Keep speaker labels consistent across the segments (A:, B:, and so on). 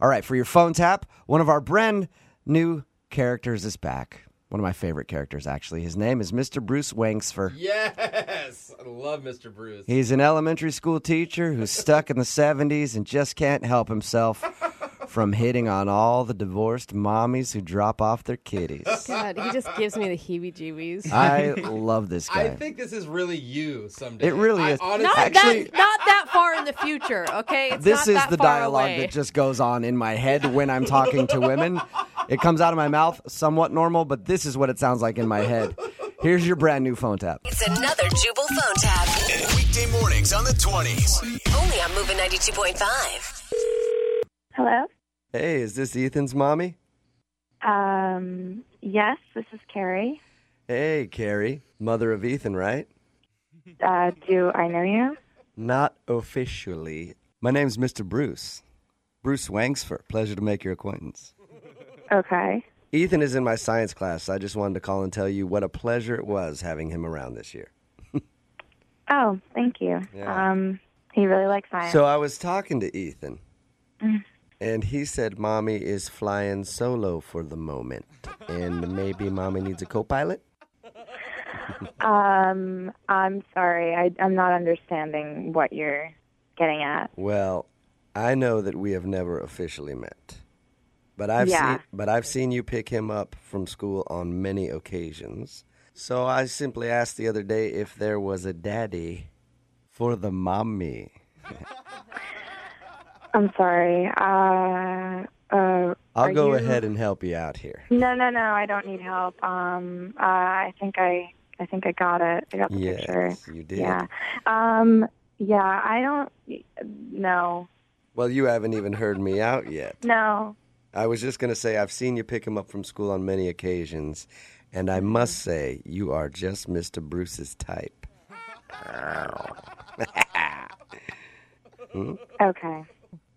A: All right, for your phone tap, one of our brand new characters is back. One of my favorite characters, actually. His name is Mr. Bruce Wangsfer.
B: Yes, I love Mr. Bruce.
A: He's an elementary school teacher who's stuck in the 70s and just can't help himself from hitting on all the divorced mommies who drop off their kitties.
C: God, he just gives me the heebie-jeebies.
A: I love this guy.
B: I think this is really you someday.
A: It really
B: I
A: is.
B: honestly-
C: not
A: Actually-
C: that, not that far in the future. Okay, it's
A: this
C: not
A: is
C: that
A: the
C: far
A: dialogue
C: away.
A: that just goes on in my head when I'm talking to women. It comes out of my mouth somewhat normal, but this is what it sounds like in my head. Here's your brand new phone tap.
D: It's another Jubal phone tab.
E: Weekday mornings on the 20s.
D: Only on Moving 92.5.
F: Hello.
A: Hey, is this Ethan's mommy?
F: Um, yes, this is Carrie.
A: Hey, Carrie, mother of Ethan, right?
F: Uh, do I know you?
A: Not officially. My name's Mr. Bruce. Bruce Wangsfer. Pleasure to make your acquaintance.
F: Okay.
A: Ethan is in my science class. so I just wanted to call and tell you what a pleasure it was having him around this year.
F: Oh, thank you.
A: Yeah.
F: Um, he really likes science.
A: So I was talking to Ethan, and he said mommy is flying solo for the moment, and maybe mommy needs a co pilot.
F: um, I'm sorry. I, I'm not understanding what you're getting at.
A: Well, I know that we have never officially met. But I've
F: Yeah.
A: seen but I've seen you pick him up from school on many occasions. So I simply asked the other day if there was a daddy for the mommy.
F: I'm sorry. Uh, uh,
A: I'll
F: are
A: go
F: you-
A: ahead and help you out here.
F: No, no, no. I don't need help. Um, uh, I think I, I think I got it. I got the picture.
A: Yes, you did.
F: Yeah. Um, yeah. I don't. No.
A: Well, you haven't even heard me out yet.
F: No.
A: I was just going to say, I've seen you pick him up from school on many occasions, and I must say, you are just Mr. Bruce's type.
F: Okay.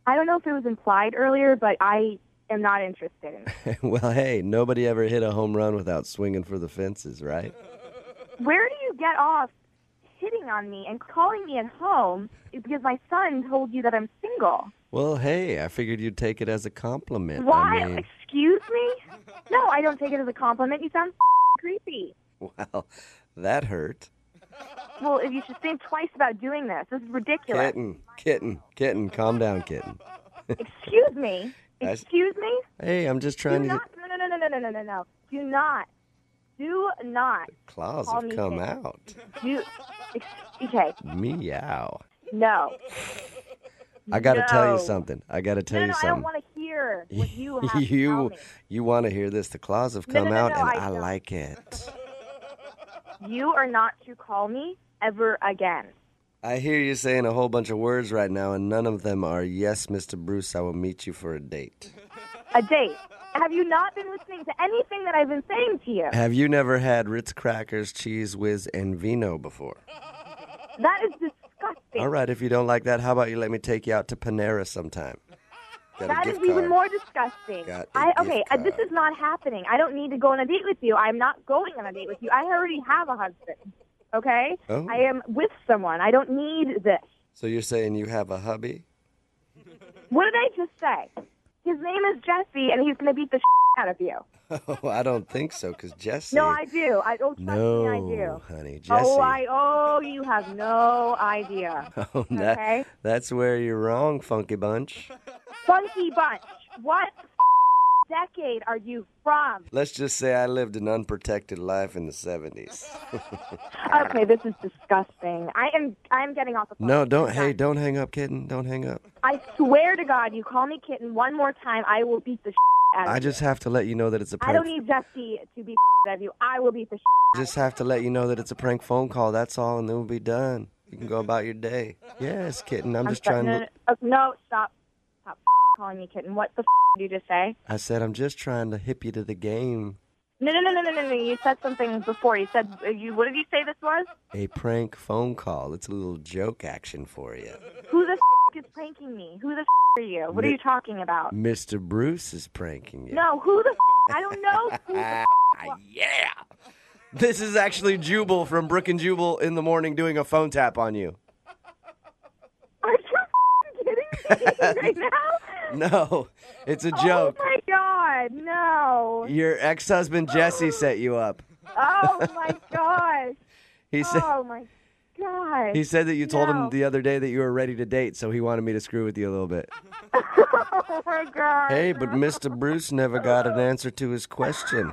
F: I don't know if it was implied earlier, but I am not interested in it.
A: well, hey, nobody ever hit a home run without swinging for the fences, right?
F: Where do you get off hitting on me and calling me at home because my son told you that I'm single?
A: Well, hey, I figured you'd take it as a compliment.
F: Why?
A: I mean,
F: Excuse me? No, I don't take it as a compliment. You sound creepy.
A: well, that hurt.
F: Well, you should think twice about doing this. This is ridiculous.
A: Kitten, kitten, kitten, calm down, kitten.
F: Excuse me.
A: That's-
F: Excuse me?
A: Hey, I'm just
F: Do
A: trying to
F: not. No, no, no, no, no, no, no, no. Do not. Do not.
A: claws
F: Call
A: have
F: me
A: come
F: kitten.
A: out.
F: Do. Ex- okay.
A: Meow.
F: No.
A: I got to tell you
F: No.
A: something. I got to tell
F: No,
A: you
F: no, I
A: something.
F: don't want to hear what you have to tell
A: you
F: me.
A: you want to hear this? The claws have
F: No,
A: come
F: no, no,
A: out,
F: no,
A: and
F: I
A: I,
F: don't.
A: like it.
F: You are not to call me ever again.
A: I hear you saying a whole bunch of words right now, and none of them are yes, Mr. Bruce. I will meet you for a date.
F: A date. Have you not been listening to anything that I've been saying to you?
A: Have you never had Ritz crackers, cheese whiz, and vino before?
F: Oh. That is disgusting.
A: All right, if you don't like that, how about you let me take you out to Panera sometime? Got a
F: That is
A: gift
F: even
A: card.
F: more disgusting.
A: Got a
F: I
A: gift
F: okay, uh, this
A: card.
F: is not happening. I don't need to go on a date with you. I'm not going on a date with you. I already have a husband. Okay?
A: Oh.
F: I am with someone. I don't need this.
A: So you're saying you have a hubby?
F: What did I just say? His name is Jesse and he's going to beat the shit out of you.
A: Oh, I don't think so, because Jesse.
F: No, I do. I don't trust
A: No,
F: me, I do.
A: honey, Jesse.
F: Oh, I oh, you have no idea.
A: Oh, that-
F: Okay.
A: That's where you're wrong, Funky Bunch.
F: Funky bunch. What decade are you from?
A: Let's just say I lived an unprotected life in the 70s.
F: Okay, this is disgusting. I am I'm getting off the phone.
A: No, don't. Hey,
F: Done.
A: don't hang up, kitten. Don't hang up.
F: I swear to God, you call me kitten one more time, I will beat the out of
A: I
F: you.
A: just have to let you know that it's a
F: I
A: prank.
F: don't need Jesse to be out of you. I will beat the
A: just have to let you know that it's a prank phone call. That's all, and then we'll be done. You can go about your day. Yes, kitten. I'm,
F: I'm
A: just
F: sorry.
A: trying
F: no,
A: to.
F: No, no, no, stop. Stop calling me kitten. What the did you just say?
A: I said I'm just trying to hip you to the game.
F: No, no, no, no, no, no, no. You said something before. You said uh, you. What did you say this was?
A: A prank phone call. It's a little joke action for you.
F: Who the is pranking me? Who the are you? What are
A: Mi-
F: you talking about?
A: Mr. Bruce is pranking you.
F: No, who the I don't know. Who the
A: Yeah. This is actually Jubal from Brook and Jubal in the morning doing a phone tap on you.
F: are you kidding me right now?
A: No, it's a joke.
F: Oh my God, no.
A: Your ex-husband Jesse set you up.
F: Oh my gosh.
A: He said
F: Oh my God.
A: he said that you told him
F: no.
A: the other day that you were ready to date, so he wanted me to screw with you a little bit.
F: oh my God.
A: Hey, but Mr. Bruce never got an answer to his question.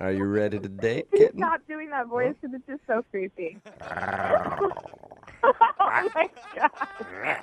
A: Are you ready to date, kitten?
F: Stop doing that voice because it's just so creepy. oh my God.